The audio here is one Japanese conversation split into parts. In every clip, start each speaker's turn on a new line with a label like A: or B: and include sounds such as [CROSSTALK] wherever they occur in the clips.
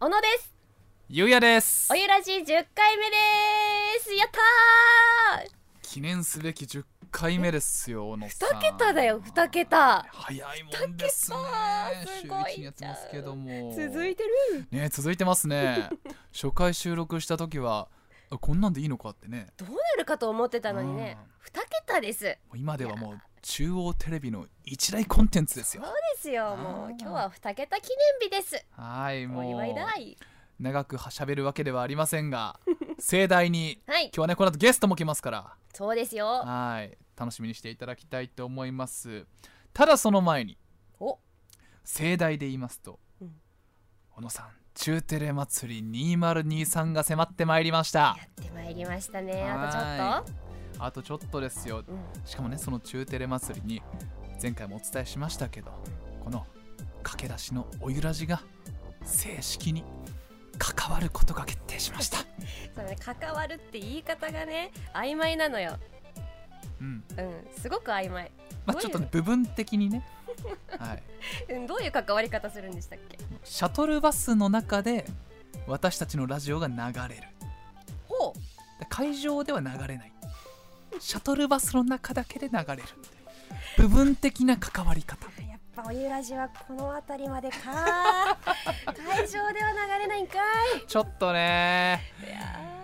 A: 小野です
B: ゆうやです
A: おゆらじ10回目ですやった
B: 記念すべき10回目ですよ小野さん
A: ー2桁だよ2桁
B: 早いもんですね
A: 二桁
B: 週一やってますけども
A: 続いてる
B: ね続いてます
A: [LAUGHS]
B: ね初回収録した時はあこんなんでいいのかってね
A: どうなるかと思ってたのにね2桁です
B: もう今ではもう中央テレビの一大コンテンツです
A: そ
B: よ
A: うですよもう
B: あー
A: 今日は2桁記念日です
B: はい
A: お
B: も
A: 祝いうだい
B: 長くはしゃべるわけではありませんが [LAUGHS] 盛大に
A: はい
B: 今日はねこの後ゲストも来ますから
A: そうですよ
B: はい楽しみにしていただきたいと思いますただその前に
A: お
B: 盛大で言いますと、
A: うん
B: 小野さん中テレ祭り2023が迫ってまいりました
A: やってまいりましたねあ
B: は
A: とちょっ
B: あとちょっとですよ
A: と、うん、
B: しかもねその中テレ祭りに前回もお伝えしましたけどこの駆け出しのおゆらじが正式に関わることが決定しました、
A: そうね関わるって言い方がね曖昧なのよ
B: うん
A: うんすごく曖昧
B: まあ、ちょっとね部分的にね、
A: [LAUGHS]
B: はい、
A: うんどういう関わり方するんでしたっけ
B: シャトルバスの中で私たちのラジオが流れる
A: ほう
B: で会場では流れないシャトルバスの中だけで流れる部分的な関わり方
A: やっぱおゆらじはこの辺りまで
B: [LAUGHS]
A: か会場では流れないんか
B: ちょっとね
A: いいやー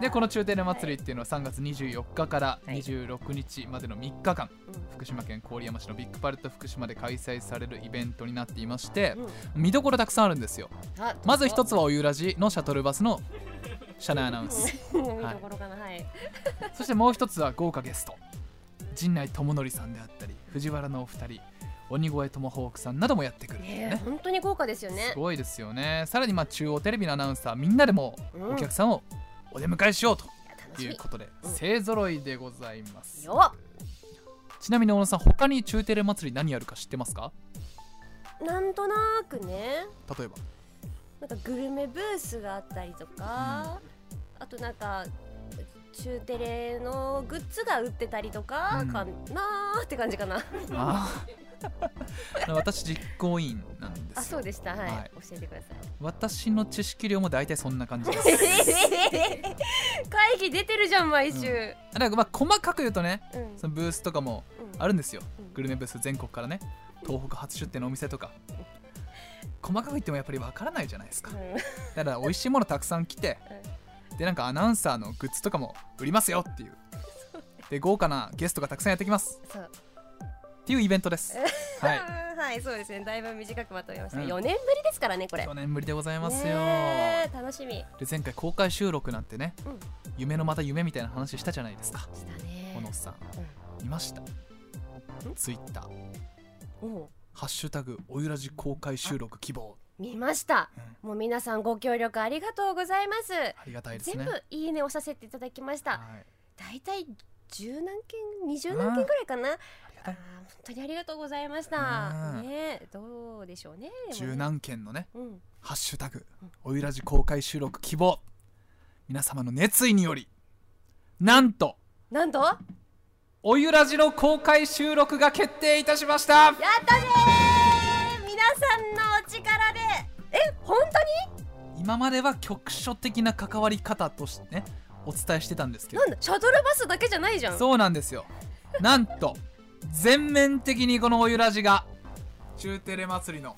B: でこの中天の祭りっていうのは3月24日から26日までの3日間
A: う
B: 福島県郡山市のビッグパレット福島で開催されるイベントになっていまして
A: んうん
B: 見どころたくさんあるんですよ
A: あ
B: まず一
A: つ
B: つはおゆらじのシャトルバスの車内アナウンス
A: 見どころかなはい
B: そしてもう一つは豪華ゲスト陣内智則さんであったり藤原のお二人鬼越トマホークさんなどもやってくるんです
A: ね
B: ね
A: え本当に豪華ですよね
B: すごいですよねさらにまあ中央テレビのアナウンサーみんなでも
A: うん
B: お客さんをお出迎えしようと
A: いや楽し
B: いう
A: み
B: ことで
A: うん
B: 勢ぞろいでございます
A: よっ
B: ちなみに小野さん他に中テレ祭り何やるか知ってますか
A: なんとなくね
B: 例えば
A: なんかグルメブースがあったりとか、あとなんか中テレのグッズが売ってたりとか、
B: うん
A: かなーって感じかな
B: あー [LAUGHS] 私実行委員なんですよ
A: あそうでしたはい、
B: はい
A: 教えてください
B: 私の知識量も大体そんな感じです [LAUGHS]
A: 会議出てるじゃん毎週、
B: だからまあ細かく言うとね
A: うん
B: そのブースとかも
A: うん
B: あるんですよ
A: うん
B: グルメブース全国からね東北初出店のお店とか細かく言ってもやっぱりわからないじゃないですか
A: うん
B: だから美味しいものたくさん来てでなんかアナウンサーのグッズとかも売りますよっていうで豪華なゲストがたくさんやってきます
A: そう
B: っていうイベントですはい
A: あーはいそうですねだいぶ短くまとめました、
B: うん
A: 4年ぶりですからねこれ
B: 去年ぶりでございますよ
A: ねえ楽しみ
B: で前回公開収録なんてね
A: うん
B: 夢のまた夢みたいな話したじゃないですか
A: したね
B: 小野さんいましたツイッター
A: うんおう
B: ハッシュタグおゆらじ公開収録希望
A: 見ました
B: うん
A: もう皆さんご協力ありがとうございます
B: ありがたいです
A: 全
B: ね
A: 部いいねをさせていただきました
B: はい
A: だいたい十何件二十何件ぐらいかな
B: ありが
A: あ
B: た
A: ー
B: い
A: 本当にありがとうございました
B: うん
A: ねえどうでしょうねでもね
B: 十何件のね
A: うん
B: ハッシュタグ
A: うん
B: おゆらじ公開収録希望皆様の熱意によりなんと
A: なんとや
B: おゆらじの公開収録が決定いたしました
A: ったねー皆さんのお力でえ本当に
B: 今までは局所的な関わり方としてねお伝えしてたんですけど
A: なんだシャトルバスだけじゃないじゃん
B: そうなんですよなんと全面的にこのおゆらじが中テレ祭りの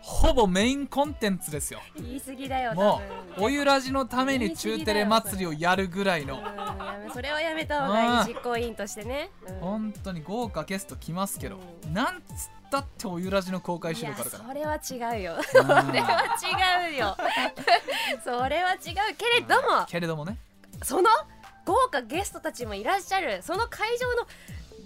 B: ほぼメインコンテンツですよ
A: 言い過ぎだよ
B: も
A: 多
B: う
A: 分
B: おゆらじのために中テレ祭りをやるぐらいの
A: うんやめそれはやめた方が
B: う
A: い
B: ん
A: い実行委員としてね、うん
B: 本当に豪華ゲスト来ますけど
A: う
B: なんつったっておゆらじの公開
A: い
B: 収
A: や
B: 録あるか
A: それは違うよそれ
B: ら
A: は違うよ [LAUGHS] それは違うけれど
B: うん
A: も
B: けれどもね
A: その豪華ゲストたちもいらっしゃるその会場の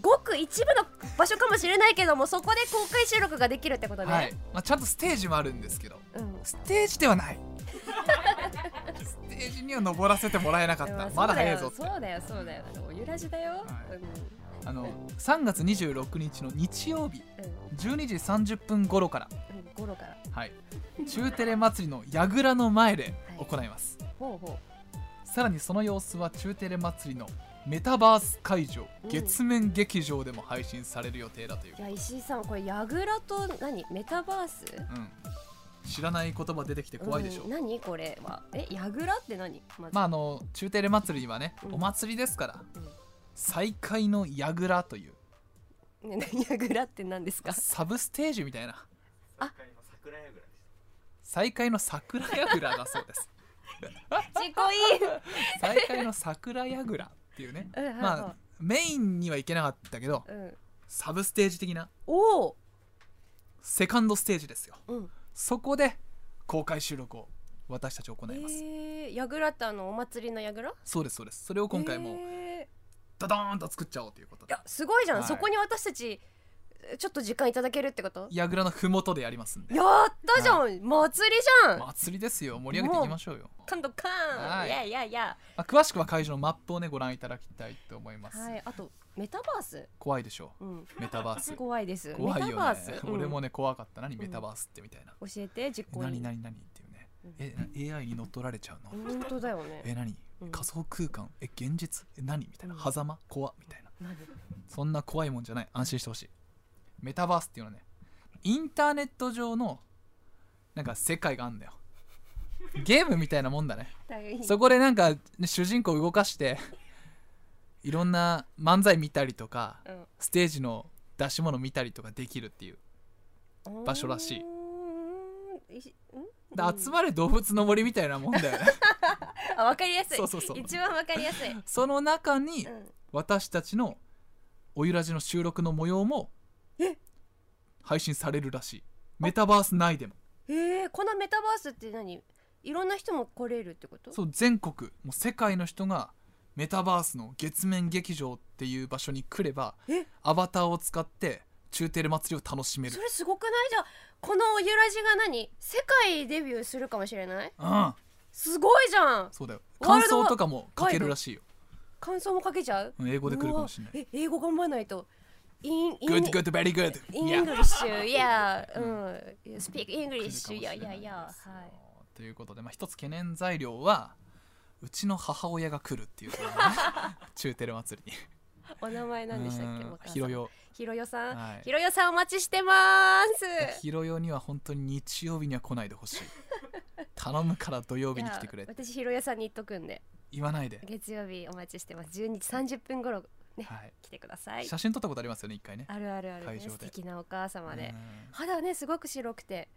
A: ごく一部の場所かもしれないけどもそこで公開収録ができるってことね、
B: はいまあちゃんとステージもあるんですけど
A: うん、
B: ステージで
A: [LAUGHS]
B: はないステージには登らせてもらえなかっ
A: でも
B: た
A: そう
B: まだ
A: よ
B: 早いぞって
A: そうだよそうだよおゆらじだよ、
B: はい
A: うん
B: あの3月26日の日曜日
A: うん
B: 12時30分頃から、
A: うんゴロから
B: はい、中テレ祭りの櫓の前で
A: はい
B: 行います、
A: ほうほ
B: さらにその様子は中テレ祭りのメタバース会場
A: うん
B: 月面劇場でも配信される予定だという
A: うい、や石井さんこれやぐらと何メタバース
B: うん、知らない言葉出てきて怖いでしょ、
A: うん何これはえやぐらって何まず
B: まああの中テレ祭りはね、
A: うん
B: お祭りですから
A: うん
B: 再開のやぐらという
A: ね何やぐらって何ですか
B: サブステージみたいな
A: あ
C: 桜井の桜屋ぐらいです
B: 再開の桜やぐらだそうです
A: [LAUGHS] ちこい
B: 再開の桜やぐらっていう
A: [LAUGHS]
B: ね
A: い、うんはい
B: まあ
A: は
B: メインには行けなかったけど
A: いうん、
B: サブステージ的な
A: おお、
B: セカンドステージですよ
A: うん、
B: そこで公開収録を私たち行
A: え
B: います、
A: ー、やぐらってあのお祭りのやぐら
B: そうですそうですそれを今回も
A: えー
B: ダダーンと作っちゃおうということ
A: い
B: で
A: やすごいじゃん、
B: はい
A: そこに私たちえちょっと時間いただけるってこと
B: 櫓のふもとでやりますんで
A: やったじゃん、祭りじゃん、
B: 祭りですよ盛り上げていきましょうよ
A: 感度カー
B: は
A: ン
B: い
A: いやいやいや
B: あ詳しくは会場のマップをねご覧いただきたいと思います、
A: はいあとメタバース
B: 怖いでしょ
A: うん
B: うメタバース
A: 怖いです
B: 怖い
A: メタ
B: よ
A: バ
B: ね
A: ース、
B: 俺も
A: ね
B: ね怖かった何メタバースってみたいな、
A: 教えて実行
B: 何
A: に
B: 何何っていうね、えな AI に乗っ取られちゃうの、
A: 本当だよね
B: え何、
A: うん
B: 仮想空間え現実え何みたいな
A: うん
B: 狭間怖みたいな
A: 何
B: そんな怖いもんじゃない安心してほしいメタバースっていうのはねインターネット上のなんか世界があんだよゲームみたいなもんだねそこでなんかね主人公動かしていろんな漫才見たりとかステージの出し物見たりとかできるっていう
A: うん
B: 場所らしいう
A: ーんいしん
B: で
A: うん
B: 集まる動物の森みたいなもんだよね
A: あわかりやすい
B: そうそうそう
A: 一番わかりやす
B: [LAUGHS]
A: い、うん、
B: その中に私たちのおゆらじの収録の模様も配信されるらしいメタバース内でも
A: えー、このメタバースって何いろんな人も来れるってこと
B: そう全国もう世界の人がメタバースの月面劇場っていう場所に来れば
A: え
B: アバターを使って中テレ祭りを楽しめる
A: それすごくないじゃあこのおゆらじが何世界デビューするかもしれない
B: うん
A: すごいじゃん
B: そうだよ
A: ワー
B: 感
A: ルド
B: 想とかも書けるらしいよ
A: 感想もかけちゃう
B: うん英語で来るかもしれな
A: う
B: い
A: わえ英語頑張らないとインイン
B: Good good very good
A: イングリッシュい
B: [LAUGHS]
A: やうんスピークイングリッシュいやいやいやはい
B: いということでまあ一つ懸念材料はうちの母親が来るってい
A: [LAUGHS]
B: うことね中テレ祭りに
A: お名前何でしたっけ
B: うん
A: お母さん
B: ひろよ
A: ひろよさん、
B: はい
A: ひろよさんお待ちしてます [LAUGHS]
B: ひろよには本当に日曜日には来ないでほしい頼むから土曜日に来てくれ
A: いや私ひろよさんに言っとくんで
B: 言わないで、
A: 月曜日お待ちしてます12時30分頃ね
B: はい
A: 来てください
B: 写真撮ったことありますよね一回ね
A: あるあるある、ね、
B: 会場で
A: 素敵なお母様で、
B: うん
A: 肌はねすごく白くて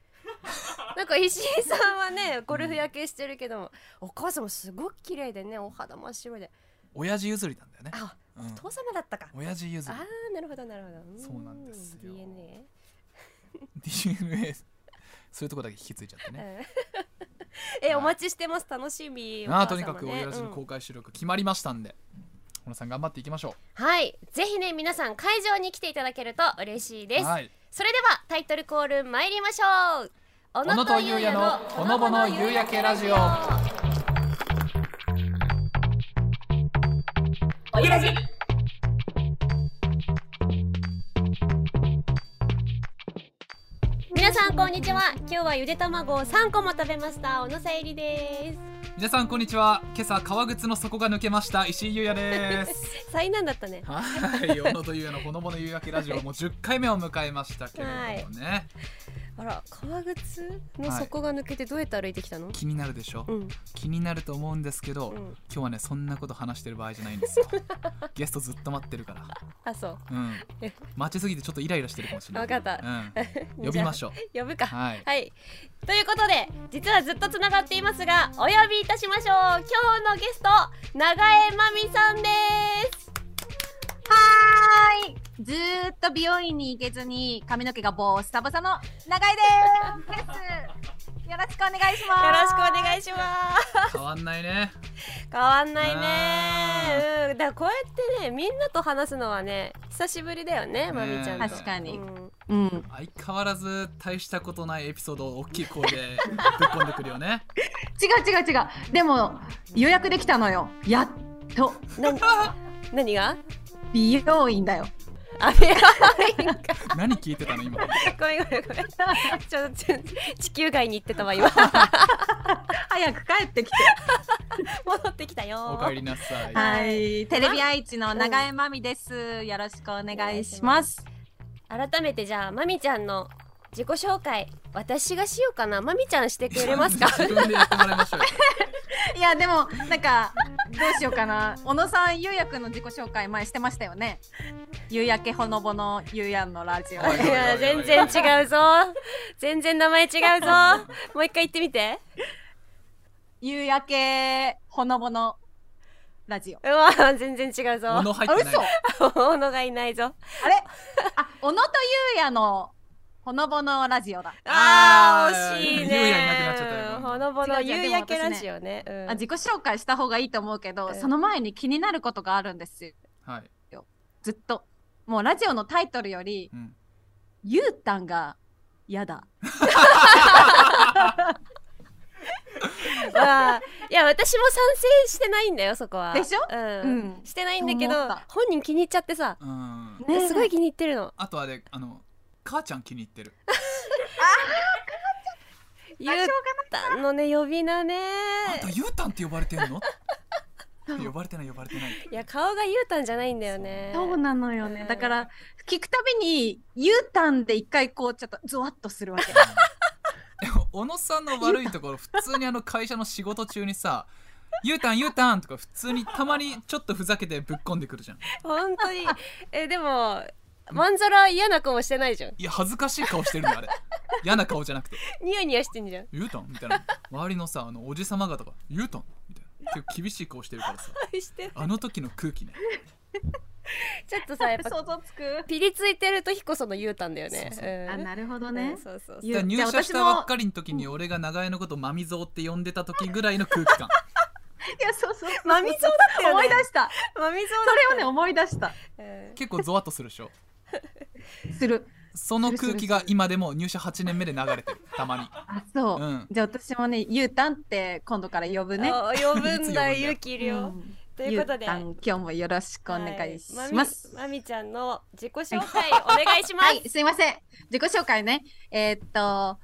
A: [LAUGHS] なんか石井さんはねゴルフ焼けしてるけども、お母さんもすごく綺麗でねお肌真っ白で
B: 親父譲りなんだよね、
A: あ
B: うん
A: お父様だったか、
B: 親父譲
A: ああなるほどなるほどー
B: そうなんですよ
A: DNA、
B: り DNA [LAUGHS] そういうとこだけ引き継いちゃって
A: うん [LAUGHS]
B: ね、
A: えお待ちしてます楽しみ
B: まあ
A: お母
B: と
A: 様
B: に
A: ね
B: かく親父の
A: うん
B: 公開収録決まりましたんで、小野さん頑張っていきましょ
A: はいぜひね皆さん会場に来ていただけると嬉しいで
B: う
A: す、
B: はい
A: それではタイトルコール参りましょう小
B: 野とゆうやのほのぼの夕焼けラジオ
A: おゆらじ皆さんこんにちは今日はゆで卵を三個も食べました小野さゆりで
B: 皆さんこんにちは今朝革靴の底が抜けました石井優也です
A: す災難だったね
B: はい小野とゆうやのほのぼの夕焼けラジオもう10回目を迎えましたけれどもね、
A: あら革靴の底が抜けてどうやって歩いてきたの、
B: 気になるでしょ、
A: うん
B: 気になると思うんですけど、
A: うん
B: 今日はねそんなこと話してる場合じゃないん
A: [LAUGHS]
B: ですよゲストずっと待ってるから
A: あそう
B: うん待ちすぎてちょっとイライラしてるかもしれない
A: わかった
B: うん、呼びましょう
A: 呼ぶか
B: はい
A: はい。ということで、実はずっとつながっていますが、お呼びいたしましょう。今日のゲスト、長江まみさんです。
D: はーい。ずーっと美容院に行けずに髪の毛がボースタバサの長井です。ですよろしくお願いします。
A: よろしくお願いします。
B: 変わんないね
A: 変わんないね。うん、だからこうやってね、みんなと話すのはね、久しぶりだよね、まみちゃんと。
B: ね
D: 確かに
A: う。
D: うん。
B: 相変わらず大したことないエピソードを大きい声で [LAUGHS] ぶっ込んでくるよね
D: 違う違う違う。でも予約できたのよ。やっと
A: ん。な何が？
D: 美容院だよ。
A: あれ [LAUGHS] が
B: 何聞いてたの今
A: ごめんごめんごめん。ちょっとちょ地球外に行ってた [LAUGHS] わ今。
D: 早く帰ってきて。
A: 戻ってきたよ。
B: おかえりなさい
D: はい。テレビ愛知の長江まみです。よろしくお願いします。
A: 改めてじゃあまみちゃんの自己紹介私がしようかなまみちゃんしてくれます
B: [LAUGHS]
A: か
B: 自分でやってもらいましょ
A: [LAUGHS]
B: うよ
D: いやでもなんかどうしようかな小野さんゆうやくんの自己紹介前してましたよね夕焼けほのぼのゆうやんのラジオ
B: はい
A: いや全然違うぞ全然名前違うぞもう一回言ってみて
D: 夕焼けほのぼのラジオ
A: うわ全然違うぞ
B: 物入
D: あ
B: ってない
D: 嘘
A: 小野がいないぞ
D: あれあ小野とゆうやのほのぼのラジオだ
A: あ
B: あー
A: ー惜しいね
B: ゆうやになくなっちゃったよ
A: ほのぼの
D: 違う違う
A: 夕焼けラジオねうん
D: あ自己紹介した方がいいと思うけど、
A: うん
D: その前に気になることがあるんですよ
B: はい、
D: ずっともうラジオのタイトルより
B: うん、
D: ゆうたんが嫌だ
A: まあいや私も賛成してないんだよそこは
D: でしょ
A: う
D: うん
A: んしてないんだけど
D: そう思った
A: 本人気に入っちゃってさ
B: うん
D: ねえ
A: すごい気に入ってるの
B: あとあれあの母ちゃん気に入ってる
A: ゆうたんのね呼び名ね
B: あんたゆうたんって呼ばれてんの
A: [LAUGHS]
B: 呼ばれてない呼ばれてない
A: いや顔がゆうたんじゃないんだよね
D: そうなのよ
A: う
D: ね
A: ん。
D: だから、聞くたびに、ゆうたんで一回こう、ちょっとゾワッとするわけ。
B: でも小野さんの悪いところ普通にあの会社の仕事中にさ「ゆうたんゆうたん」とか普通にたまにちょっとふざけてぶっこんでくるじゃん
A: 本当にえでもまんざら嫌な顔してないじゃん
B: いや恥ずかしい顔してるのあれ嫌な顔じゃなくて
A: ニヤニヤしてんじゃん
B: 「ゆうたん」みたいな周りのさあのおじさま方が「ゆうたん」みたいな結構厳しい顔してるからさ
A: して
B: あの時の空気ね
A: ちょっと [LAUGHS] さやっぱ
D: 想像つく。
A: ピリついてる時こそのゆうたんだよね
B: そうそう
A: うん
D: あ、なるほど
A: う
D: ね
A: ん。そうそうそう
D: ゆ
B: だから入
D: じゃあ
B: 社し
D: 私
B: た
D: も
B: ばっかりの時に俺が長江のこと「まみぞう」って呼んでた時ぐらいの空気感
D: いや、そうそう。
A: まみそうだったよね
D: 思い出した。
A: まみぞ
D: それをね、思い出した。
A: うね
B: 結構ゾワッとするでしょ
D: する。
B: その空気が今でも入社8年目で流れてるたまに。
D: あ、そううんじゃあ私もね、ゆうたんって今度から呼ぶね。
A: あ呼ぶんだ
B: いつ呼ぶんだよ
A: 勇気いる
D: う
A: よ
D: ん
A: ということで
D: ゆうたん、今日もよろしくお願いします。
A: はいまみまみちゃんの自己紹介お願いします
D: はい、すいません。自己紹介ね。えーっと、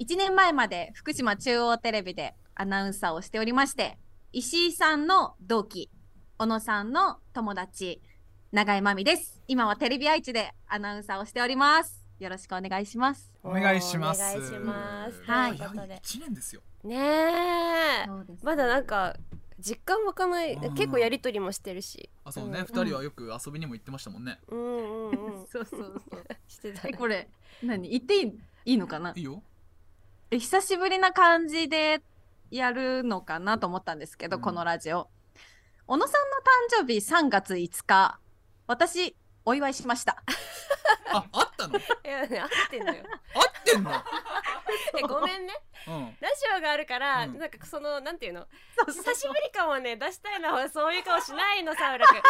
D: 1年前まで福島中央テレビでアナウンサーをしておりまして、石井さんの同期、小野さんの友達、永井真美です。今はテレビ愛知でアナウンサーをしております。よろしくお願いします。
B: お願いします
A: お願いします
D: はい
A: ということで
B: 1年ですよ
A: ねえまだなんか実感湧かない
B: うん
A: 結構やりとりもしてるし
B: あそうね、
A: うん
B: 2人はよく遊びにも行ってましたもんね、
A: うんうんうん
D: [LAUGHS] そうそうそう。
A: してた
D: え、
A: ね
D: これ、何言っていいいいのかない
B: いよ
D: え久しぶりな感じでやるのかなと思ったんですけど、
B: うん
D: このラジオ小野さんの誕生日3月5日私お祝いしました
B: [LAUGHS] ああったの
A: [LAUGHS]
B: 合
A: いやね合ってんのよ
B: ってんの
A: えごめんね
B: うん
A: ラジオがあるから、
B: うん
A: なんかそのなんていうの
D: そうそう
A: 久しぶり感をね出したいのはそういう顔しないのサウラ
D: [LAUGHS]
A: 君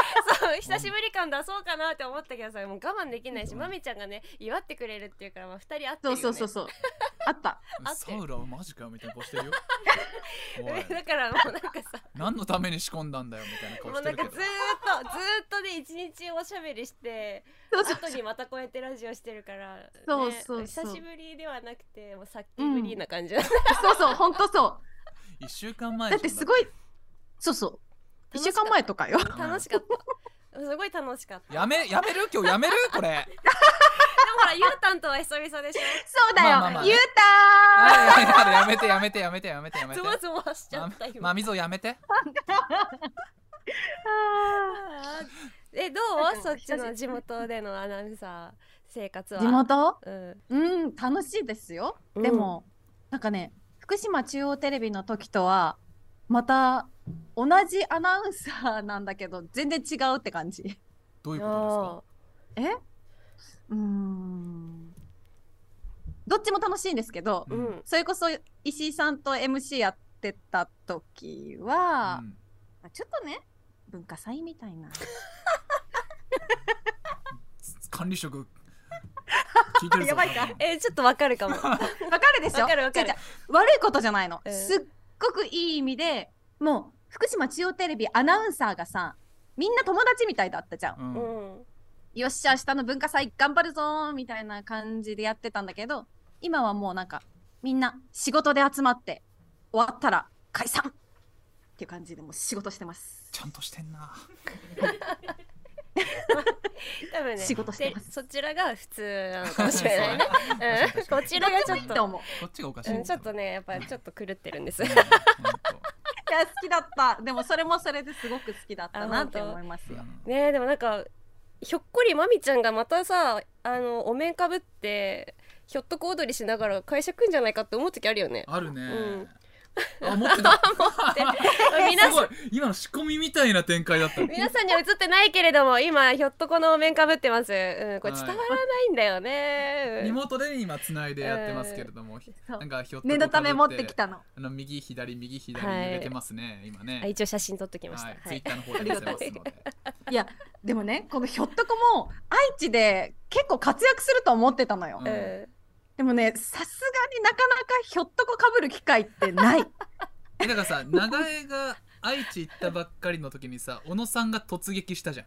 A: そう久しぶり感出そうかなって思ったけどさもう我慢できないし
B: うん
A: まみちゃんがね祝ってくれるっていうからまあ二人あってる
D: そ
A: よ、
D: う
A: ね、
D: そうそ
B: [LAUGHS]
D: うそうあった
A: 合って
B: サ
A: る
B: ウラはマジかよみたいな顔して
A: [LAUGHS]
B: るよおい
A: だからもうなんかさ
B: 何のために仕込んだんだよみたいな顔
A: もう
B: して
A: なん
B: る
A: か
B: け
A: ずーっ
B: ど
A: とずーっとね一日おしゃべりして
D: そうそう
A: 後にまたこうやってラジオしてるから、ね、
D: そうそうそう
A: 久しぶりではなくてもうさっきぶりな感じだった、
D: そうそうほんとそ
B: 1週間前
D: う
B: じゃ
D: だっ
B: ん
D: てすごいそうそう1週間前とかよ
B: ん
A: 楽しかったすごい楽しかったでも
B: やめやめる今日や
D: [LAUGHS]
B: めるこれ
A: ほらゆうたんとは久々でしょ
D: そうだよ、
B: まあまあまあ
D: ゆう
B: はいはいはいやめてやめてやめてやめてやめて
A: ゾワゾワしちゃった今、
B: まみぞやめて
A: えど
D: なん
A: う
D: か
A: そっちの地元でのアナウンサー生活は
B: [LAUGHS]
D: た地元
A: うん
D: うん楽しいですよ、
A: うん
D: でもなんかね福島中央テレビの時とはまた同じアナウンサーなんだけど全然違うって感じ
B: どういうこ
A: あ
D: えうーんどっちも楽しいんですけど
B: と
A: ーう
B: ですか
A: ん
D: それこそ石井さんと MC やってた時は、
B: うん
D: まあちょっとね文化祭みたいな
B: 管理職聞いてるぞ
D: [LAUGHS] やばいか
A: えちょっとわかるかも
D: わかるでしょ
A: わかるわかる
D: 違う違う悪いことじゃないの、
A: うん
D: すっごくいい意味でもう福島中央テレビアナウンサーがさみんな友達みたいだったじゃん、
B: うん
A: うん
D: よっしゃ明日の文化祭頑張るぞーみたいな感じでやってたんだけど今はもうなんかみんな仕事で集まって終わったら解散っていう感じでもう仕事してます
B: ちゃんとしてんな
A: 多分ね
D: 仕事してます
A: でそちらが普通なのかもしれないねうんこちらがちょっ
D: どっちもいいと
A: と、
D: 思う。
B: こっちがおかしい、
A: うん、ちょっとねやっぱちょっと狂ってるんです
B: うん、ほんと
D: いや好きだった。でもそれもそれですごく好きだったなって思いますよ。
A: ねえでもなんかひょっこりまみちゃんがまたさあのお面かぶってひょっとこ踊りしながら会社来んじゃないかって思う時あるよね。
B: [LAUGHS] あるね、あ持ってた
A: 皆
B: す
A: さん
B: ごい今の仕込みみたいな展開だった
A: 皆さんには映ってないけれども今ひょっとこのお面かぶってます。うん、これ
B: は
A: 伝
B: い
A: わらないんだよね。
B: リ
A: うん
B: モートで今つないでやってますけれども、
D: そう
B: なんかひょっとこ
D: 念のため持ってきたの。
B: あの右左右左
A: はい
B: 濡れてますね、今ね
A: あ一応写真撮っときました。
B: はい、
A: は
B: ツイ
A: い
B: ッ。ターの方で見せますので
D: いやでもねこのひょっとこも愛知で結構活躍すると思ってたのよ。
B: う
A: うんん
D: でもねさすがになかなかひょっとこかぶる機会ってない。
B: えだからさ長江が愛知行ったばっかりの時にさ小野さんが突撃したじゃん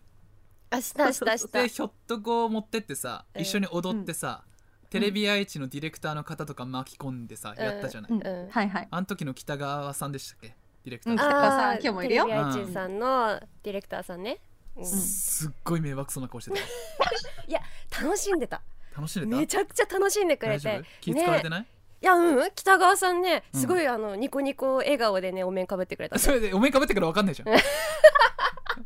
A: あ
B: [LAUGHS]
D: [LAUGHS]
A: したしたした
B: で。ひょっとこを持ってってさ
A: うん
B: 一緒に踊ってさ、テレビ愛知のディレクターの方とか巻き込んでさ、やったじゃない、
D: うん
A: うん
D: はいはい。
B: あの時の北川さんでしたっけディレクター
D: うん
B: の方、
D: さん
A: ー
D: 今日もいるよ
A: テレビ愛知さんのディレクターさんね。うん
B: すっごい迷惑そうな顔してた
A: 楽しんでた。
D: [LAUGHS]
B: 楽しんでた
A: めちゃくちゃ楽しんでくれ
B: 大丈
A: て
B: 夫。気使われてない、
A: いやうん北川さんね
B: うん
A: すごい、あのニコニコ笑顔でねお面かぶってくれた
B: それでお面かぶってから分かんないじゃん
D: 確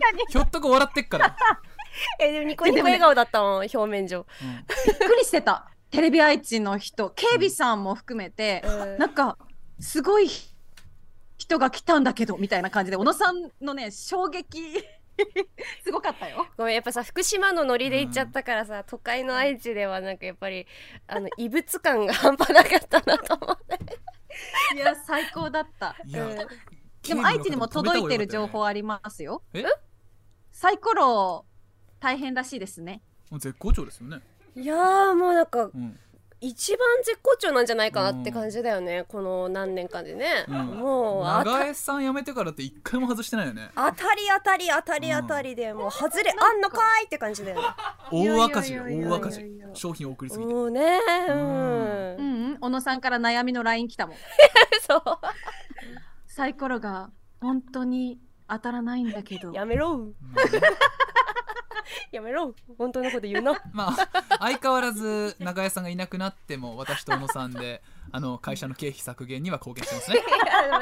D: かに
B: ひょっとこ笑ってっから、
A: [LAUGHS] えでもニコニコ笑顔だったもん表面上、
B: うん
D: びっくりしてた。テレビ愛知の人警備さんも含めて、
A: うん
D: なんかすごい人が来たんだけどみたいな感じで小野さんのね衝撃 [LAUGHS] すごかったよ。
A: ごめんやっぱさ福島のノリで行っちゃったからさ、都会の愛知ではなんかやっぱりあの異物感が半端なかったなと思って
D: いや最高だった。
B: いや、
A: うん
D: でも愛知にも届いてる情報
B: は
D: ありますよ。
B: え
D: サイコロ大変らしいですね。
B: もう絶好調ですよね、
A: いやーもうなんか
B: うん、
A: 一番絶好調なんじゃないかなって感じだよね、この何年間でね、
B: うん
A: もうあた
B: 長江さん辞めてからって一回も外してないよね
A: 当たり当たり当たり当たりでもう外れあんのかーいって感じだよね
B: 大赤字よ
D: いやいやいやいや
B: 大赤字商品送りすぎて
A: もうね
B: ん
A: う、
D: うんんうん、小野さんから悩みの LINE 来たもん。
A: [LAUGHS] そう
D: サイコロが本当に当たらないんだけど。
A: やめろ
B: まあね
A: やめろ本当のこと [LAUGHS] 言うな
B: まあ [LAUGHS] 相変わらず長江さんがいなくなっても私と小野さん
A: [LAUGHS]
B: であの会社の経費削減には貢献してますね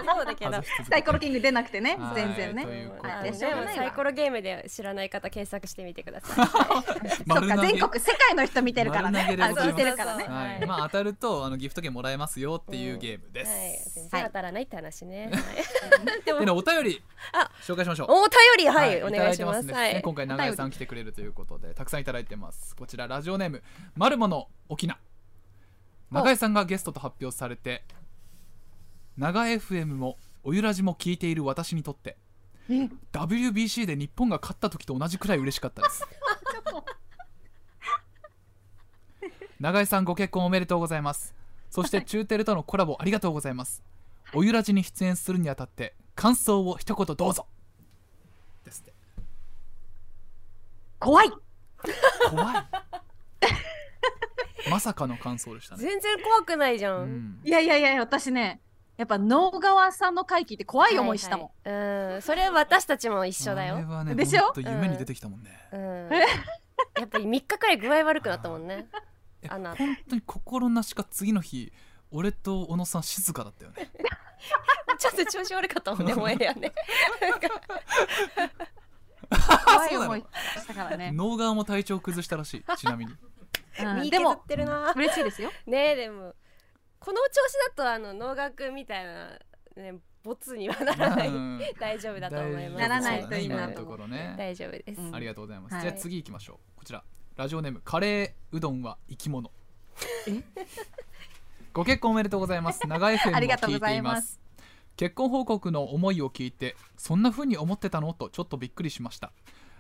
A: そうだけど
B: 外し続けて
D: サイコロキング出なくてね
B: はい、
D: 全然
B: と
D: ね。
B: いうこと
D: あ
A: で
D: で
A: も
D: しょうがないわ
A: サイコロゲームで知らない方検索してみてください。
D: そっ
B: 丸投
D: か、
B: げ
D: 全国、世界の人見てるからね。あ
B: 丸投げで
D: 聞
B: ご
D: い
B: ざいます
D: てるからね。
B: はい、まあ当たるとあのギフト券もらえますよっていうゲームで
A: はい、
B: す、
A: 全然当たらないって話ね。
B: でねお便り
A: あ
B: 紹介しましょう
A: おお便りはい、お
B: いただ
A: 願い
B: い
A: してま。
B: ますんで
A: はい、
B: 今回長江さん来てくれるということでたくさんいただいてますこちらラジオネームまるもの沖縄長江さんがゲストと発表されて長 FM もおゆらじも聞いている私にとって
D: え
B: WBC で日本が勝った時と同じくらい嬉しかったです長江さんご結婚おめでとうございますそして中テレとのコラボありがとうございますおゆらじに出演するにあたって感想を一言どうぞですって
D: 怖い
B: 怖いまさかの感想でしたね、
A: 全然怖くないじゃ。
B: うんん
D: いやいやいや、私ね、やっぱ能川さんの会聞いて怖い思いしたもん。
A: はいはいうん、それは私たちも一緒だ
B: あれ
A: よ。
B: はね
D: でしょ
B: ほんと夢に出てきたもんね、
A: うん、
D: え
A: やっぱり三日くらい具合悪くなったもんね。
B: え
A: あの
B: 本当に心なしか次の日俺と小野さん静かだったよね
A: ちょっと調子悪かったもんね、もえやね。
D: 怖い
B: そうなの
D: 思いしたからね。
B: 脳側も体調崩したらしいちなみに
D: う
A: 身
D: んで
A: 削っ
D: も、
A: てるな。
D: 嬉しいですよ。
A: ねえでもこの調子だとあの能楽みたいなねボツにはならない。
B: うん
A: 大丈夫だと思います。
D: ならない
B: と
D: と
B: い
D: い
B: い
D: い
B: な
D: な
B: と
D: と
B: こ
D: 思
B: ろね
A: 大丈夫です。
D: うん
B: ありがとうございます、
D: はい
B: じゃあ次行きましょうこちらラジオネームカレーうどんは生き物ご結婚おめでとうござい
D: [LAUGHS]
B: ます長い FM を
D: ありがとう
B: 聞
D: ご
B: いて
D: ざ
B: い
D: い
B: ま
D: ます
B: す結婚報告の思いを聞いてそんな風に思ってたのとちょっとびっくりしました、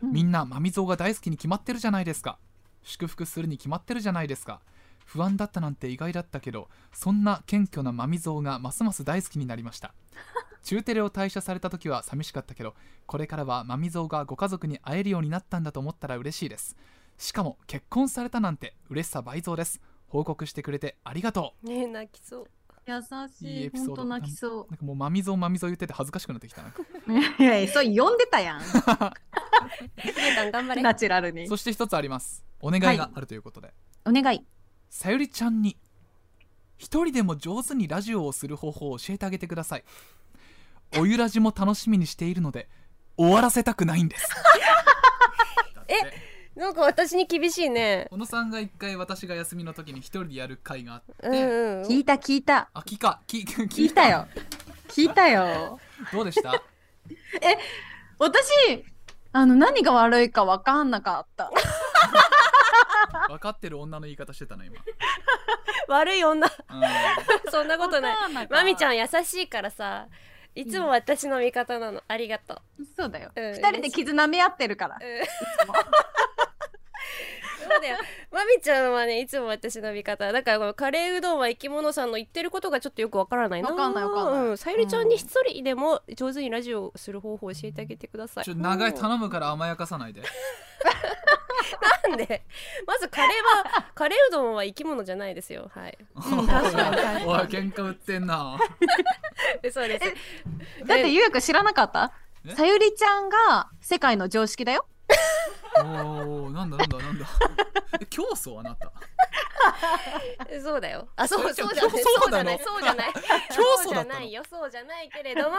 D: うん
B: みんなまみぞうが大好きに決まってるじゃないですか祝福するに決まってるじゃないですか不安だったなんて意外だったけどそんな謙虚なまみぞうがますます大好きになりました
D: [LAUGHS]
B: 中テレを退社された時は寂しかったけどこれからはまみぞうがご家族に会えるようになったんだと思ったら嬉しいですしかも結婚されたなんて嬉しさ倍増です報告してくれてありがとう
A: ねえ泣きそう。
D: 優
B: いい
D: し
B: エ
D: い。
B: ピソード
D: 本当泣きそ
B: なんかもうまみぞまみぞ言ってて恥ずかしくなってきたなん
D: [LAUGHS]
B: か
D: う。いやいや、そう呼んでたやん。
A: ゆうたん頑張れ
D: ナチュラルに
B: そ。して一つありますお願いがあるということで、
D: お願い。
B: さゆりちゃんに一人でも上手にラジオをする方法を教えてあげてくださいおゆらじも楽しみにしているので終わらせたくないん
D: [LAUGHS]
B: ですえ
A: [LAUGHS] なんか私に厳しいね
B: 小野さんが一回私が休みの時に一人でやる会があって、
A: うんうん
D: 聞いた聞いた。
B: あ聞か聞聞
D: 聞いたよ。聞いたよ。
B: どうでした
D: 私、あの、何が悪いか分かんなかった。
B: 分かってる女の言い方してたな今、
A: 悪い女
B: うん
A: そんなことない
D: い
A: まみちゃん優しいからさいつも私の味方なのありがとう、
D: そうだよ。
A: うん
D: 二人で絆め合ってるから。
A: うんそうだよまみちゃんはねいつも私の味方だからこのカレーうどんは生き物さんの言ってることがちょっとよくわからないな
D: わかんないわかんない
A: うん、さゆりちゃんに一人でも上手にラジオをする方法を教えてあげてください
B: ちょ長い頼むから甘やかさないで
A: なんでまずカレーはカレーうどんは生き物じゃないですよはい
D: うん確かに確か
B: [LAUGHS]
D: に
B: おい喧嘩売ってんな
A: そうです
D: だって、ゆうやくん知らなかった
B: え
D: さゆりちゃんが世界の常識だよ。
B: おおなんだなんだなんだえ競争あなた
A: えそうだよあそうそうじゃない
B: そ
A: そうう
B: だ
A: じゃ
B: の
A: ないそうじゃない
B: 競
A: そう
B: 争
A: じ
B: だ
A: ゃ
B: ったの
A: ないよそうじゃないけれども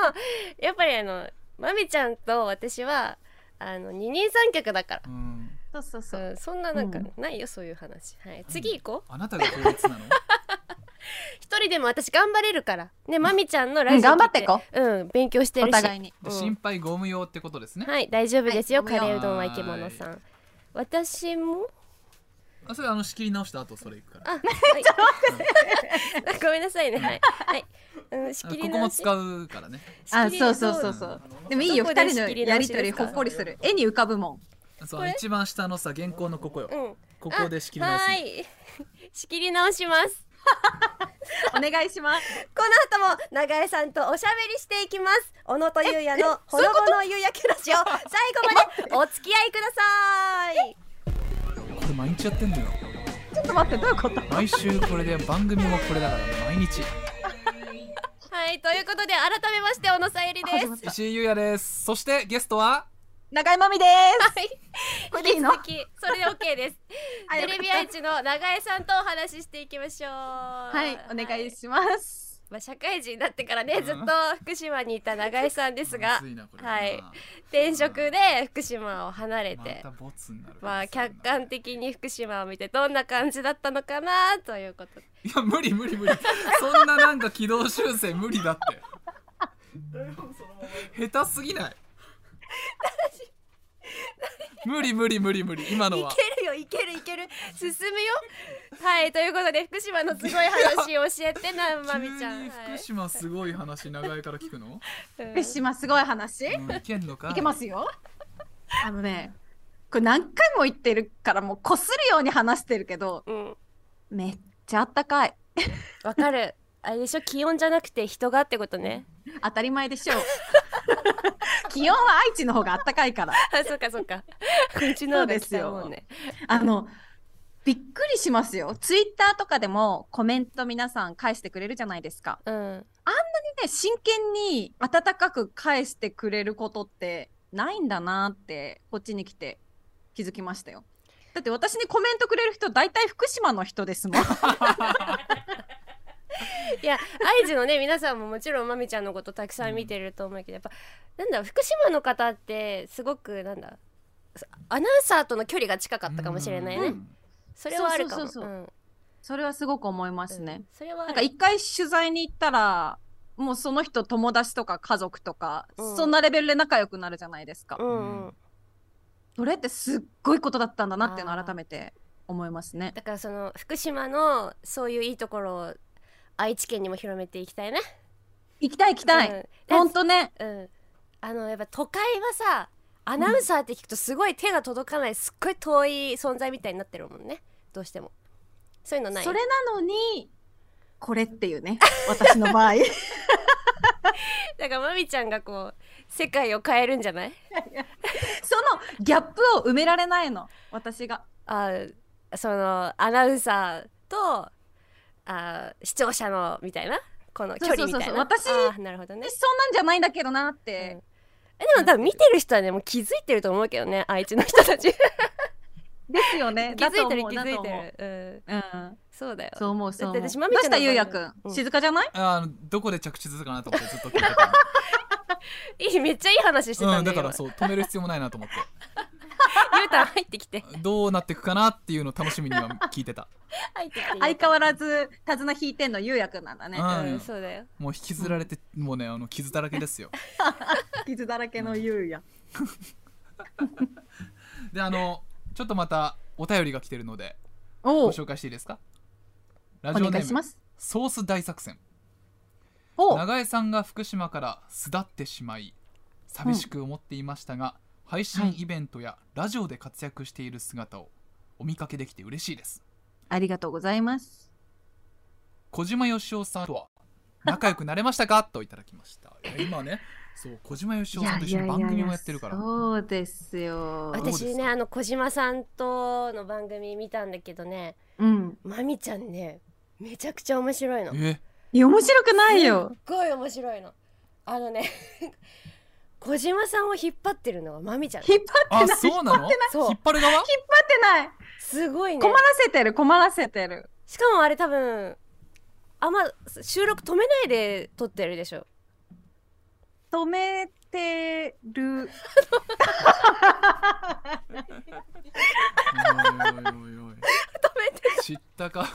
A: やっぱりあのまみちゃんと私はあの二人三脚だから
B: うん
D: そうそうそ。
A: そうんそんななんか
D: うん
A: ないよそういう話はい次行こう
B: あなたが法律な
A: [LAUGHS]
B: の
A: 一人でも私頑張れるからねまみちゃんのラジオ
D: うん頑張ってこ
A: ううん勉強してる
D: お
A: し
D: 互いに。
B: で心配ゴム用ってことですね、
A: はい大丈夫ですよ
D: は
A: カ
D: い
A: レーうどんは生き物さん私 [LAUGHS] も
B: あそれあの仕切り直した後それいくから
A: あ、はい、ごめんなさい [LAUGHS] ね。はい、はい、うん、仕
B: あ
A: 切
B: こ
A: り
B: こ
A: 直
B: も
A: し。
B: 使うからね
D: あ、
A: 仕切り
D: そうそうそう
B: そ
D: そうう。でもいいよ、
A: どこ
D: 二
A: で
D: 人の
A: 仕切り
D: や
A: 直
D: り
A: しですか
D: とりほっこりする。絵に浮かぶもん。
B: そ
A: こ
B: う
A: れ
B: 一番下のさ原稿のここよ、
A: うん、
B: ここで仕切り直す
A: あは
B: の
A: い、 [LAUGHS] 仕切り直します。
D: お願いします。
A: この後も永江さんとおしゃべりしていきます。小野とゆうやのほのぼの夕焼けラジオ、最後までお付き合いください。
B: これ毎日やってんのよ
D: [LAUGHS] ちょっと待って、どういうこと
B: 毎週これで番組もこれだから毎日
A: はい、ということで改めまして小野さゆりで
D: 始
A: す。
D: まった
B: 石井優也ですそしてゲストは
D: 中山美です。これ
A: はい、
D: でいいの
A: 引き続きそれで OK です。
D: あ
A: テ
D: よかっ
A: レ
D: た
A: ビ愛知の永江さんとお話ししていきましょう。は
D: はい、お願いします。
A: まあ、社会人になってからね、
B: うん
A: ずっと福島にいた永井さんです
B: [LAUGHS]
A: が
B: むずいなこれ
A: はい
B: ま
A: 転職で福島を離れて
B: たボツになる
A: まあ客観的に福島を見てどんな感じだったのかなということで
B: いや無理無理無理そんななんか軌道修正無理だって下手すぎない無理無理無理無理今の
A: い
B: は
A: けるよいけるいける進むよはいということで福島のすごい話を教えてなまみちゃ
B: 急
A: ん
B: に
A: はい
B: 福島すごい話長いから聞くの、
A: うん
D: 福島すごい話。
B: もういけんのか
D: いけますよ。あのね、これ何回も言ってるからもうこするように話してるけど、
A: うん
D: めっちゃあったかい。
A: わかるあれでしょ気温じゃなくて人がってことね
D: 当たり前でしょ [LAUGHS] う。気温は愛知の方 [LAUGHS] があったかいから。
A: あそっかそっかこっちの方が来たもんね
D: あの、びっくりしますよ。ツイッターとかでもコメント皆さん返してくれるじゃないですか。
A: うん
D: ね、真剣に温かく返してくれることってないんだなって、こっちに来て気づきましたよ。だって私にコメントくれる人、大体福島の人ですもん。
A: いや愛知のね皆さんももちろんまみちゃんのことたくさん見てると思うけどやっぱなんだろう福島の方ってすごくなんだアナウンサーとの距離が近かったかもしれないね、
B: うん
A: それはあるかも
D: そうそうそうそうんそれはすごく思いますね。
A: それは
D: なんか一回取材に行ったら、もうその人友達とか家族とか、
A: うん
D: そんなレベルで仲良くなるじゃないですか。
A: うんうん
D: それってすっごいことだったんだなっていうの
A: あ
D: を
A: ー
D: 改めて思いますね。
A: だからその福島のそういういいところを愛知県にも広めていきたいね
D: 行きたい行きたい。
A: うん
D: ほんとね。
A: うん、あのやっぱ都会はさアナウンサーって聞くとすごい手が届かないすっごい遠い存在みたいになってるもんねどうしてもそういうのない
D: それなのに、これってい
A: [LAUGHS]
D: うね。私の場合。
A: だからまみちゃんがこう世界を変えるんじゃない
D: そのギャップを埋められないの。私が。
A: あそのアナウンサーとあ視聴者のみたいなこの距
D: そう
A: 離
D: そう
A: み
D: そ
A: たいな
D: うそう私
A: あーなるほどね
D: え、そんなんじゃないんだけどな
A: う
D: っ
A: ん
D: て、
A: えでも多分見てる人はねもう気づいてると思うけどね愛知の人たち
D: ですよね
A: 気づいてる
D: [LAUGHS] だと思う
A: 気づいて
D: だと思う
A: るうん
D: うん
A: そうだよ
D: そう思うそう思う
A: だって私
D: ど
A: ま
D: う
A: みちゃ
D: し
A: んの
D: たゆうやくん、
A: うん
D: 静かじゃない
B: あのどこで着地するかなと思ってずっと聞いてた
A: [LAUGHS] いいめっちゃいい話してた
B: うんん、
A: だ
B: だ
A: け
B: か
A: ど、
B: らそう止める必要もないなと思って
A: ゆうたん入ってきて
B: どうなっていくかなっていうのを楽しみに今聞いてた、
A: 入ってきて
D: 相変わらず手綱引いてんのゆうやくんなんだね
B: らず
A: う
B: うんん
A: そうだよ
B: もう引きずられて、もうねあの傷だらけですよ
D: 傷だらけのゆうや
B: であのちょっとまたお便りが来てるので
D: お
B: ご
D: お
B: 紹介していいですかラジオネ
D: 願いし
B: ー
D: ま
B: ム
D: す
B: ソース大作戦
D: お
B: 長江さんが福島から巣立ってしまい寂しく思っていましたが、配
D: は
B: 信
D: い
B: イベントやラジオで活躍している姿をお見かけできて嬉しいです
D: ありがとうございます
B: 小島よしおさんとは仲良くなれました
D: [LAUGHS]
B: かといただきましたいや今ねそう小島よしおさんと一緒に番組もやってるから
D: そうです
B: どう
D: よ
B: ですか
A: 私ねあの小島さんとの番組見たんだけどね
D: うん
A: まみちゃんねめちゃくちゃ面白いの
B: え
D: いや面白くない
A: す
D: よ
A: っごい面白いのあのね [LAUGHS] 小島さんを引っ張ってるのがまみちゃん
D: 引っ張って
B: あ
D: ない引っ張
B: そうな
D: [LAUGHS]
B: の
A: そう
B: 引っ張る側
D: ってない
A: すごいね
D: 困らせてる困らせてる
A: しかもあれ多分あんま収録止めないで撮ってるでしょ
D: 止めてる
B: おいおいおいおい
A: 止めて
B: 知ったか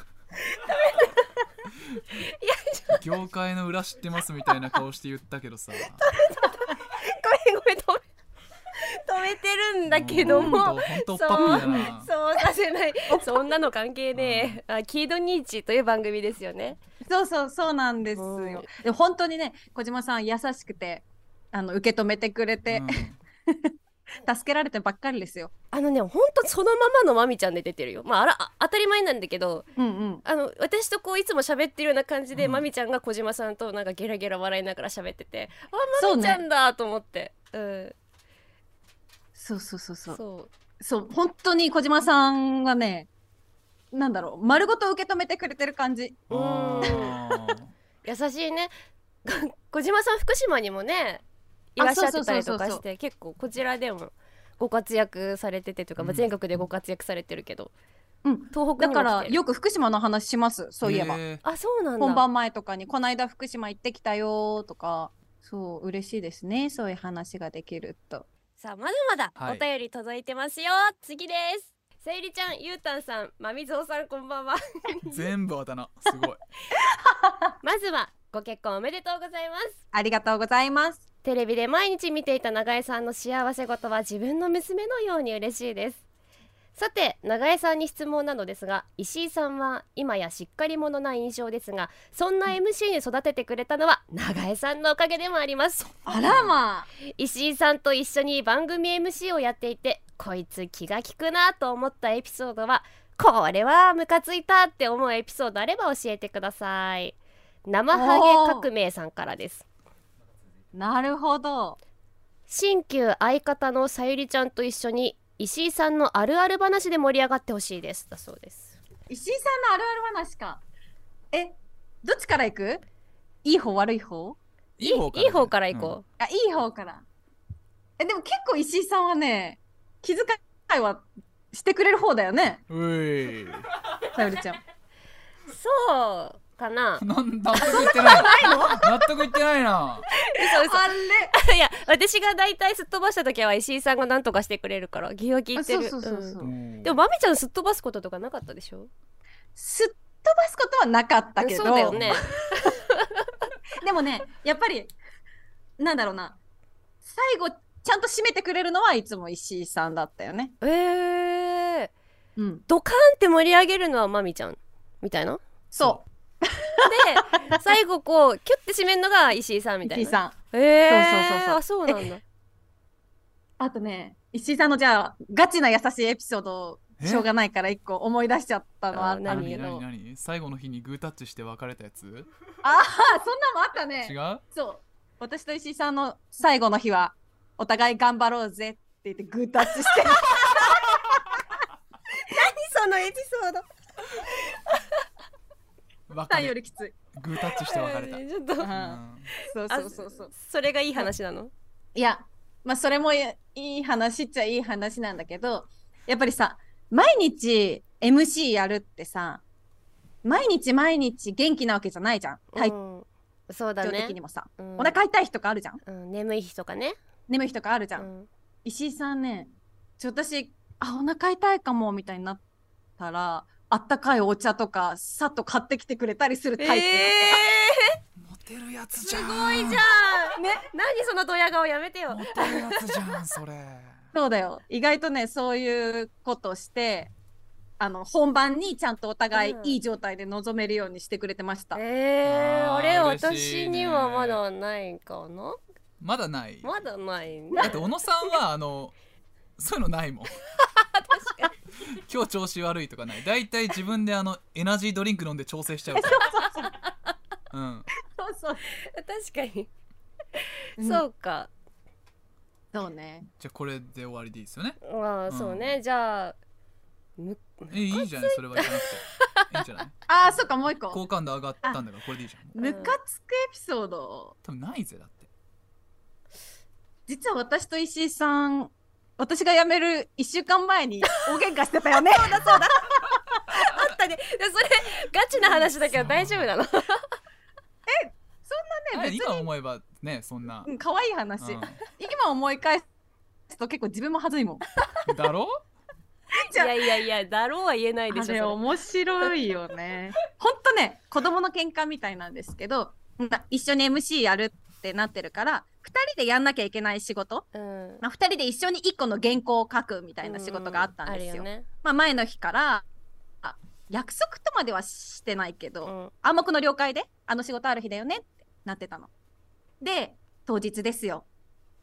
B: 業界の裏知ってますみたいな顔して言ったけどさ
A: ごめんごめん止め止めてるんだけども
B: 本当
A: そう
B: パピーだな
A: そうさせ
D: [LAUGHS]
A: ないそんなの関係ねえあキードニーチという番組ですよね
D: そうそうそうなんです
A: うん
D: よで本当にね小島さん優しくてあの受け止めてくれて、助けられてばっかりですよ
A: あのねほんとそのままのまみちゃんで出てるよまああらあ当たり前なんだけど
D: うんうん
A: あの私とこういつも喋ってるような感じで、
B: うん
A: まみちゃんが小島さんとなんかゲラゲラ笑いながら喋っててあ
D: そ
A: ま
D: う
A: み
D: ね
A: ちゃんだと思ってう,、
D: そうそうそうそ
A: ん
D: う
A: そう
D: そう本当に小島さんがねなんだろう丸ごと受け止めてくれてる感じ
B: うんあー
A: 優しいね小島さん福島にもねいらっしゃってたりとか
D: あそうそうそうそう
A: し
D: そ
A: て結構こちらでもご活躍されててというか、まあ
B: うん
A: 全国でご活躍されてるけど、
D: うん
A: 東北
D: だ
A: にも来てる
D: からよく福島の話しますそういえば、
B: へー
A: あそうなんだ
D: 本番前とかに「こないだ福島行ってきたよ」とかそう嬉しいですねそういう話ができると
A: さあまだまだ
B: はい
A: お便り届いてますよ、次ですせいりちゃんゆうたんさんまみぞうさんこんばんは [LAUGHS]
B: 全部あだ名すごい
A: まずはご結婚おめでとうございます
D: ありがとうございます
A: テレビで毎日見ていた永江さんの幸せ事は自分の娘のように嬉しいですさて永江さんに質問なのですが石井さんは今やしっかり者な印象ですがそんな MC に育ててくれたのは永江さんのおかげでもあります
D: あらまあ
A: 石井さんと一緒に番組 MC をやっていてこいつ気が利くなと思ったエピソードはこれはムカついたって思うエピソードあれば教えてください生ハゲ革命さんからです
D: なるほど
A: 新旧相方のさゆりちゃんと一緒に石井さんのあるある話で盛り上がってほしいですだそうです
D: 石井さんのあるある話かえどっちから行くいい方悪い方
B: いい方から
A: から
B: ね
A: 行こ
D: あいい方からえでも結構石井さんはね気遣いはしてくれる方だよね
B: うい
D: さゆりちゃん
A: う、そうかな
D: [LAUGHS]
B: なん納得いってない納得いってないな
A: 嘘嘘 [LAUGHS]
D: あれ
A: いや私が大体すっ飛ばした時は石井さんが何とかしてくれるから気が利いてる
D: あそうそうそうそうう
B: う
D: ん
B: ん
A: でもまみちゃんすっ飛ばすこととかなかったでしょ
D: すっ飛ばすことはなかったけど
A: そうだよ
D: [LAUGHS]
A: ね
D: でもねやっぱりなんだろうな最後ちゃんと締めてくれるのはいつも石井さんだったよね
A: えー、
D: うん
A: ドカーンって盛り上げるのはまみちゃんみたいな
D: [LAUGHS] そ
A: で最後こうキュッて締めるのが石井さん
D: う
A: みた
D: 石
A: い
D: 井
A: な
D: さん
A: えー、
D: そうそうそうそう
A: あそうなんだ
B: [LAUGHS]
D: あとね石井さんのじゃあガチな優しいエピソードを
B: え
D: しょうがないから一個思い出しちゃったのはあったんだ
B: 何
D: けど
B: 何何最後の日にグータッチして別れたやつ違う
D: ああそんなのあったねそう私と石井さんの最後の日はお互い頑張ろうぜって言ってグータッチして何そのエピソード
B: 分か
D: タンよ
B: れ
D: りきつい。
B: グータッチして別れた、
A: ちょっと
B: うん
D: そう
A: あ
D: そうそうそう。
A: それがいい話なの
D: いや、まあそれもいい話っちゃいい話なんだけど、やっぱりさ、毎日 MC やるってさ、毎日毎日元気なわけじゃないじゃん。体
A: うんそうだ
D: 調
A: ね
D: 的にもさ。
A: うん
D: お腹痛い日とかあるじゃん。
A: うん眠い日とかね
D: 眠い日とかあるじゃん。
A: うん
D: 石井さんね、ちょ、私、あ、お腹痛いかも、みたいになったら、あったかいお茶とか、さっと買ってきてくれたりするタイプ。
B: モテるやつ
A: す
B: じゃん
A: ごいじゃんね何そのドヤ顔やめてよ
B: モテるやつじゃんそれ
D: そうだよ。意外とね、そういうことして、あの、本番にちゃんとお互い
A: うん
D: いい状態で臨めるようにしてくれてました。
A: えー、
B: あー
A: あれ
B: 嬉しい
A: 私に
B: ね
A: はまだないかな
B: まだない
A: まだないね
B: だって小野さんはあのそういうのないもん今日調子悪いとかないだいたい自分であのエナジードリンク飲んで調整しちゃうからうん
D: そうそう。
A: 確かに、
D: そ。
A: そううか
D: そうね。
B: じゃあこれで終わりでいいですよね
A: まあそうね、じゃあむ
B: えいいじゃないそれはじゃなくていいんじゃない
D: ああ、そうか、もう一個。
B: 好感度上がったんだからこれでいいじゃん
D: ムカつくエピソード。
B: 多分ないぜだって
D: 実は私と石井さん、私が辞める1週間前に大喧嘩してたよね。そうだそうだ。
A: あったねでそれガチな話だけど大丈夫なの
D: ね、
B: ね
D: 別に
B: 今思えばねそんな、
D: うん可愛い話。
B: う
D: 今思い返すと結構自分も恥ずいもん。
B: ん、だ [LAUGHS] ろ
A: いやいやいやだろうは言えないでしょ
D: あれ
A: それ
D: 面白いよ [LAUGHS] ね。ほんとね子供の喧嘩みたいなんですけどな一緒に MC やるってなってるから2人でやんなきゃいけない仕事、
A: うん
D: まあ、2人で一緒に1個の原稿を書くみたいな仕事があったんですよ。
A: うあるね
D: まあ、前の日からあ約束とまではしてないけど、
A: うん
D: 暗黙の了解であの仕事ある日だよねってなってたの。で当日ですよ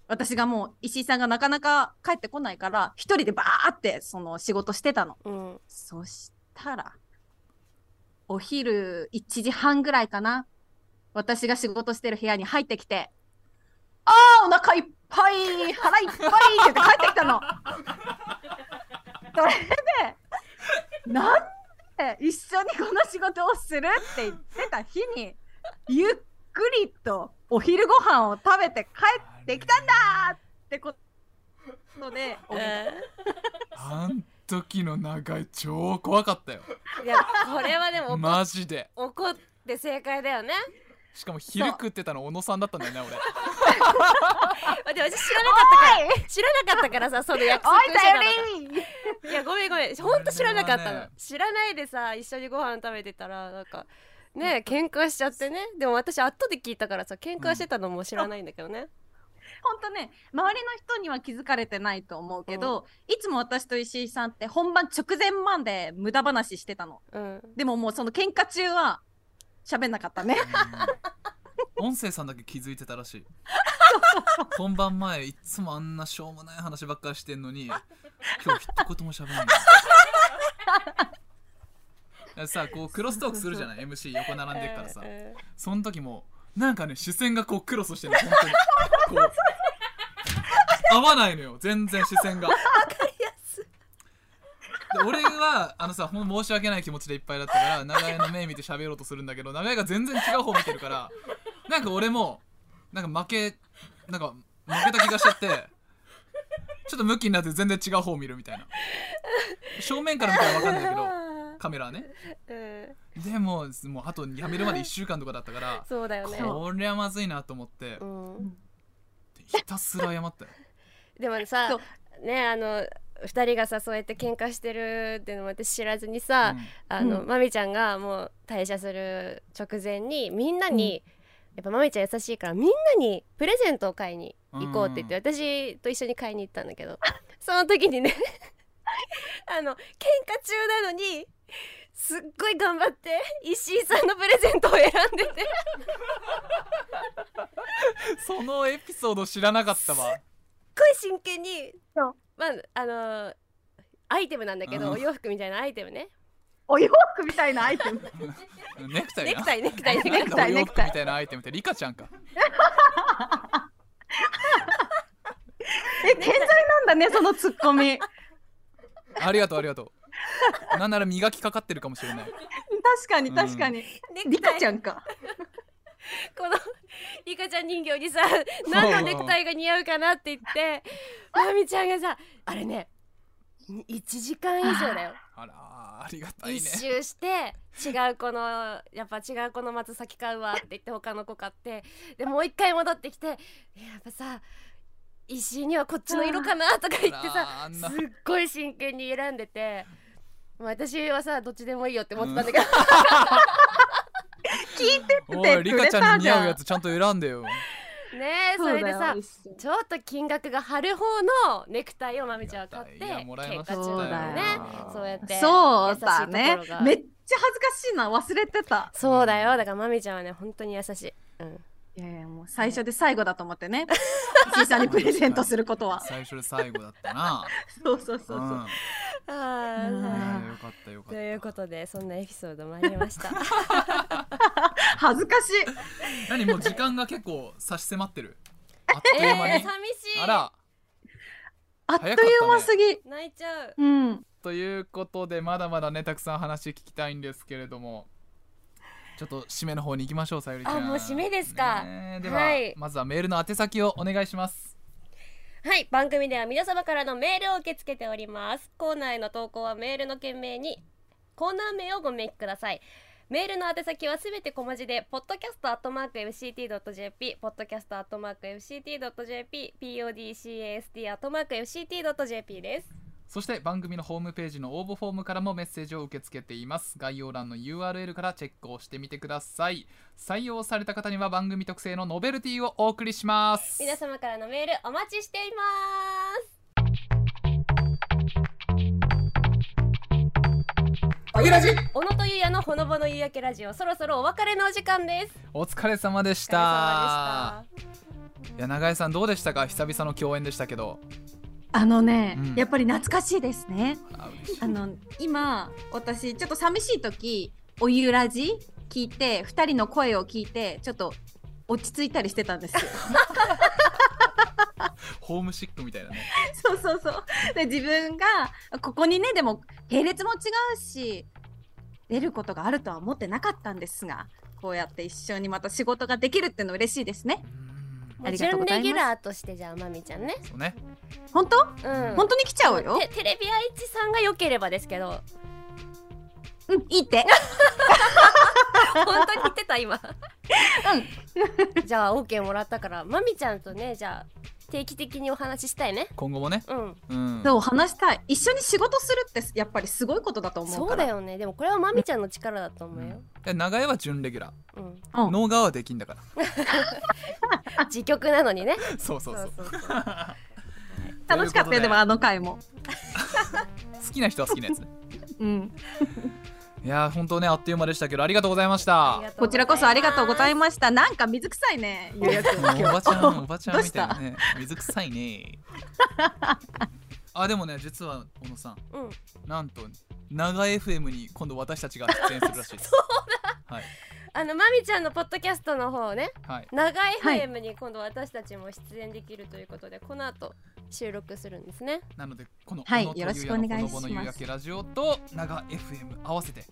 D: 私がもう石井さんがなかなか帰ってこないから一人でバーってその仕事してたの。
A: うん
D: そしたら、お昼1時半ぐらいかな、私が仕事してる部屋に入ってきて、あー、お腹いっぱい、腹いっぱいって言って帰ってきたの。それで、なんで一緒にこの仕事をするって言ってた日に、ゆっくりとお昼ご飯を食べて帰ってきたんだーってことで、
B: あん時の長い超怖かったよ
A: いやこれはでも怒っ
B: マジで
A: 怒って正解だよね
B: しかも昼食ってたの小野さんだったんだよね俺
A: あでも私知らなかったから知らなかったからさその約束
D: お
A: してたのが
D: い、頼り
A: いやごめんごめんほんと知らなかった
B: あれ
A: の、
B: はね
A: 知らないでさ一緒にご飯食べてたらなんかね喧嘩しちゃってねでも私後で聞いたからさ喧嘩してたのも知らないんだけどね、
D: 本当ね周りの人には気づかれてないと思うけど、いつも私と石井さんって本番直前まで無駄話してたの
A: うん、
D: でももうその喧嘩中は喋んなかったね
B: うん音声さんだけ気づいてたらしい本番前いっつもあんなしょうもない話ばっかりしてんのに今日一言も喋んないさあこうクロストークするじゃない MC 横並んでっからさ
A: うん
B: その時もなんかね視線がこうクロスしてるの本当にこう合わないのよ全然視線がで俺はあのさほん申し訳ない気持ちでいっぱいだったから長屋の目見て喋ろうとするんだけど長屋が全然違う方見てるからなんか俺もなんか負けなんか負けた気がしちゃってちょっとムキになって全然違う方見るみたいな正面から見たら分かんないけどカメラはね
A: うん
B: でももうあとやめるまで1週間とかだったから
A: そうだよね、
B: こりゃまずいなと思って
A: うん、
B: ひたすら謝ったよ
A: でも
D: そ
A: さ
D: う
A: ねあの2人がさそうやって喧嘩してるっていうのも私知らずにさ、
B: うん
A: [LAUGHS] あの、
D: うん
A: まみちゃんがもう退社する直前にみんなに、やっぱまみちゃん優しいからみんなにプレゼントを買いに行こうって言って、私と一緒に買いに行ったんだけど [LAUGHS] その時にね [LAUGHS] あの喧嘩中なのにすっごい頑張って石井さんのプレゼントを選んでて
B: そのエピソード知らなかったわ
A: すっごい真剣に
D: そう
A: まああのーアイテムなんだけど、
B: うん
A: お洋服みたいなアイテムね
D: [LAUGHS] お洋服みたいなアイテム
B: ネクタイな
A: ネクタイネクタイネクタイ
B: なんだお洋
D: ネクタ
B: 服み
D: イ
B: たいなアイテムってリカちゃんか
D: え健在なんだねそのツッコミ
B: ありがとうありがとうなんなら磨きかかってるかもしれない
D: [LAUGHS] 確かに確かに。リカちゃんか。
A: このリカちゃん人形に
B: [LAUGHS]
A: さ何のネクタイが似合うかなって言ってまみちゃんがさあれね1時間以上だよ
B: あらーありがたいね
A: 一周して違う子のやっぱ違う子の松先買うわって言って他の子買ってでもう一回戻ってきてやっぱさ石井にはこっちの色かなとか言って
B: あら
A: さ
B: あん
A: す
B: な
A: っごい真剣に選んでて。まあ私はさどっちでもいいよって思ってたんだ
B: [LAUGHS]
A: けど、
D: 聞いて
B: お
D: て
B: い
D: く
B: リ
D: れ
B: カちゃ
D: た
B: んに
D: じ
B: 似合
D: ゃ
B: うんや。つちゃんと選んでよ
A: ねえそれでさ
D: そうだよ
A: ちょっと金額が張る方のネクタイをまみちゃんは買って
B: いやもらえ
A: 喧
B: ま
A: 嘩
B: した
A: 中
B: よ
A: だよねそうやって
D: そうだね
A: 優しいところが
D: めっちゃ恥ずかしいな忘れてた
A: そうだよだからまみちゃんはね本当に優しい、うん、
D: いやいやもう最初で最後だと思って [LAUGHS] ね石井さんにプレゼントすることは
B: 最初で最後だったな
D: そうそうそうそう、
B: うん
A: あ
D: うん
B: いや
A: ー
B: よかったよかった
A: ということでそんなエピソードもありました
D: 恥ずかしい
B: 何もう時間が結構差し迫ってるあっと
A: え
B: いう間
A: ー、
B: に、
A: 寂しい
B: あら
D: あっという間すぎ、
A: 泣いちゃう
D: うん
B: ということでまだまだねたくさん話聞きたいんですけれどもちょっと締めの方に行きましょうさゆりちゃん
A: あもう締めですか
B: ねでは、
A: はい
B: まずはメールの宛先をお願いします
A: はい番組では皆様からのメールを受け付けておりますコーナーへの投稿はメールの件名にコーナー名をご明記くださいメールの宛先はすべて小文字で podcast.fct.jp podcast.fct.jp podcast.fct.jp です
B: そして番組のホームページの応募フォームからもメッセージを受け付けています概要欄の URL からチェックをしてみてください採用された方には番組特製のノベルティをお送りします
A: 皆様からのメールお待ちしています
B: あげラジ
A: 小野とゆうやのほのぼの夕焼けラジオそろそろお別れのお時間です
B: お疲れ様でし
A: お疲れ様
B: たいや永江さんどうでしたか久々の共演でしたけど
D: あのね、
B: うん
D: やっぱり懐かしいですね
B: あ嬉しい
D: あの今私ちょっと寂しい時おゆらじ聞いて二人の声を聞いてちょっと落ち着いたりしてたんですよ
B: ホームシックみたいなね
D: そうそうそうで自分がここにねでも並列も違うし出ることがあるとは思ってなかったんですがこうやって一緒にまた仕事ができるっていうの嬉しいですね
B: うん
A: で
D: あり
A: した
D: がと
A: 準
D: うござ
A: レ
D: います
A: ギュラーとしてじゃあまみちゃんね
B: そうね
D: 本当
A: うん
D: 本当に来ちゃうよ
A: テテレビ愛知さんが良ければですけ
D: [LAUGHS]
A: ど
D: うんいいって
A: 本当に言ってた今 [LAUGHS] じゃあ OK もらったからまみちゃんとねじゃあ定期的にお話ししたいね
B: 今後もね
A: うん
B: うん
D: そう話したい一緒に仕事するってやっぱりすごいことだと思うか
A: そ
D: ら
A: うだよねでもこれはまみちゃんの力だと思うよ、
B: で長江は準レギュラ
A: うん
B: ー脳側はできんだから [LAUGHS]
A: 自局なのにね
B: そうそうそう
A: そうそうそう
D: 楽しかったよでもあの回も
B: 好きな人は好きなやつね [LAUGHS]
D: うん
B: いやー本当ねあっという間でしたけどありがとうございました
D: こちらこそありがとうござい
A: ま
D: ましたなんか水臭いねゆうやくん
B: もうおばちゃんおばちゃ
D: ど
B: ん
D: う
B: み
D: した
B: いなね水臭いねあでもね実は小野さん
A: すうん
B: なんと長 FM に今度私たちが出演するらし
D: [LAUGHS]
B: いですはい
A: あのまみちゃんのポッドキャストの方ね
B: はい
A: 長い
D: はい
A: FM に今度私たちも出演できるということで、この後収録するんですね
B: なのでこの
D: はい
B: 小野と
D: よろしく
B: ゆうやの
D: お願いしま
B: ほ
D: す
B: のぼの夕焼けラジオと長 FM 合わせてぜ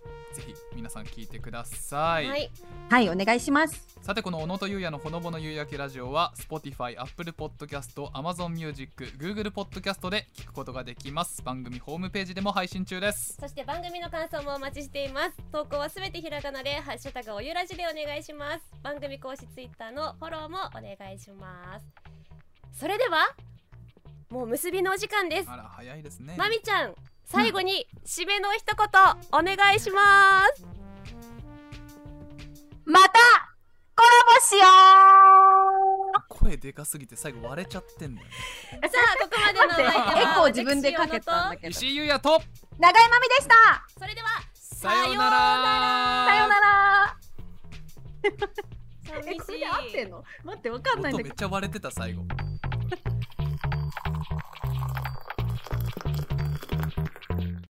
B: ひ皆さん聞いてください、
A: はい
D: はいお願いします
B: さてこの小野とゆうやのほのぼの夕焼けラジオは Spotify、Apple Podcast、Amazon Music、Google Podcast で聞くことができます番組ホームページでも配信中です
A: そして番組の感想もお待ちしています。投稿はすべてひらがなで、ハッシュタグおゆらじでお願いします。番組公式ツイッターのフォローもお願いします。それでは、もう結びのお時間です。
B: あら早いですね
A: まみちゃん、最後に締めの一言お願いします。
D: またコラボしよ
B: 声でかすぎて最後割れちゃってんだよね
A: さあ、ここまでのお相手
D: う
A: は
D: エコー自分でかけたんだけど
B: 石井優也と
D: 長井まみでした
A: それでは、
B: さよ
A: さよ
B: う
A: うな
B: なら
D: さようなら
A: 寂しい。
D: の待ってわか
B: 音めっちゃ割れてた最後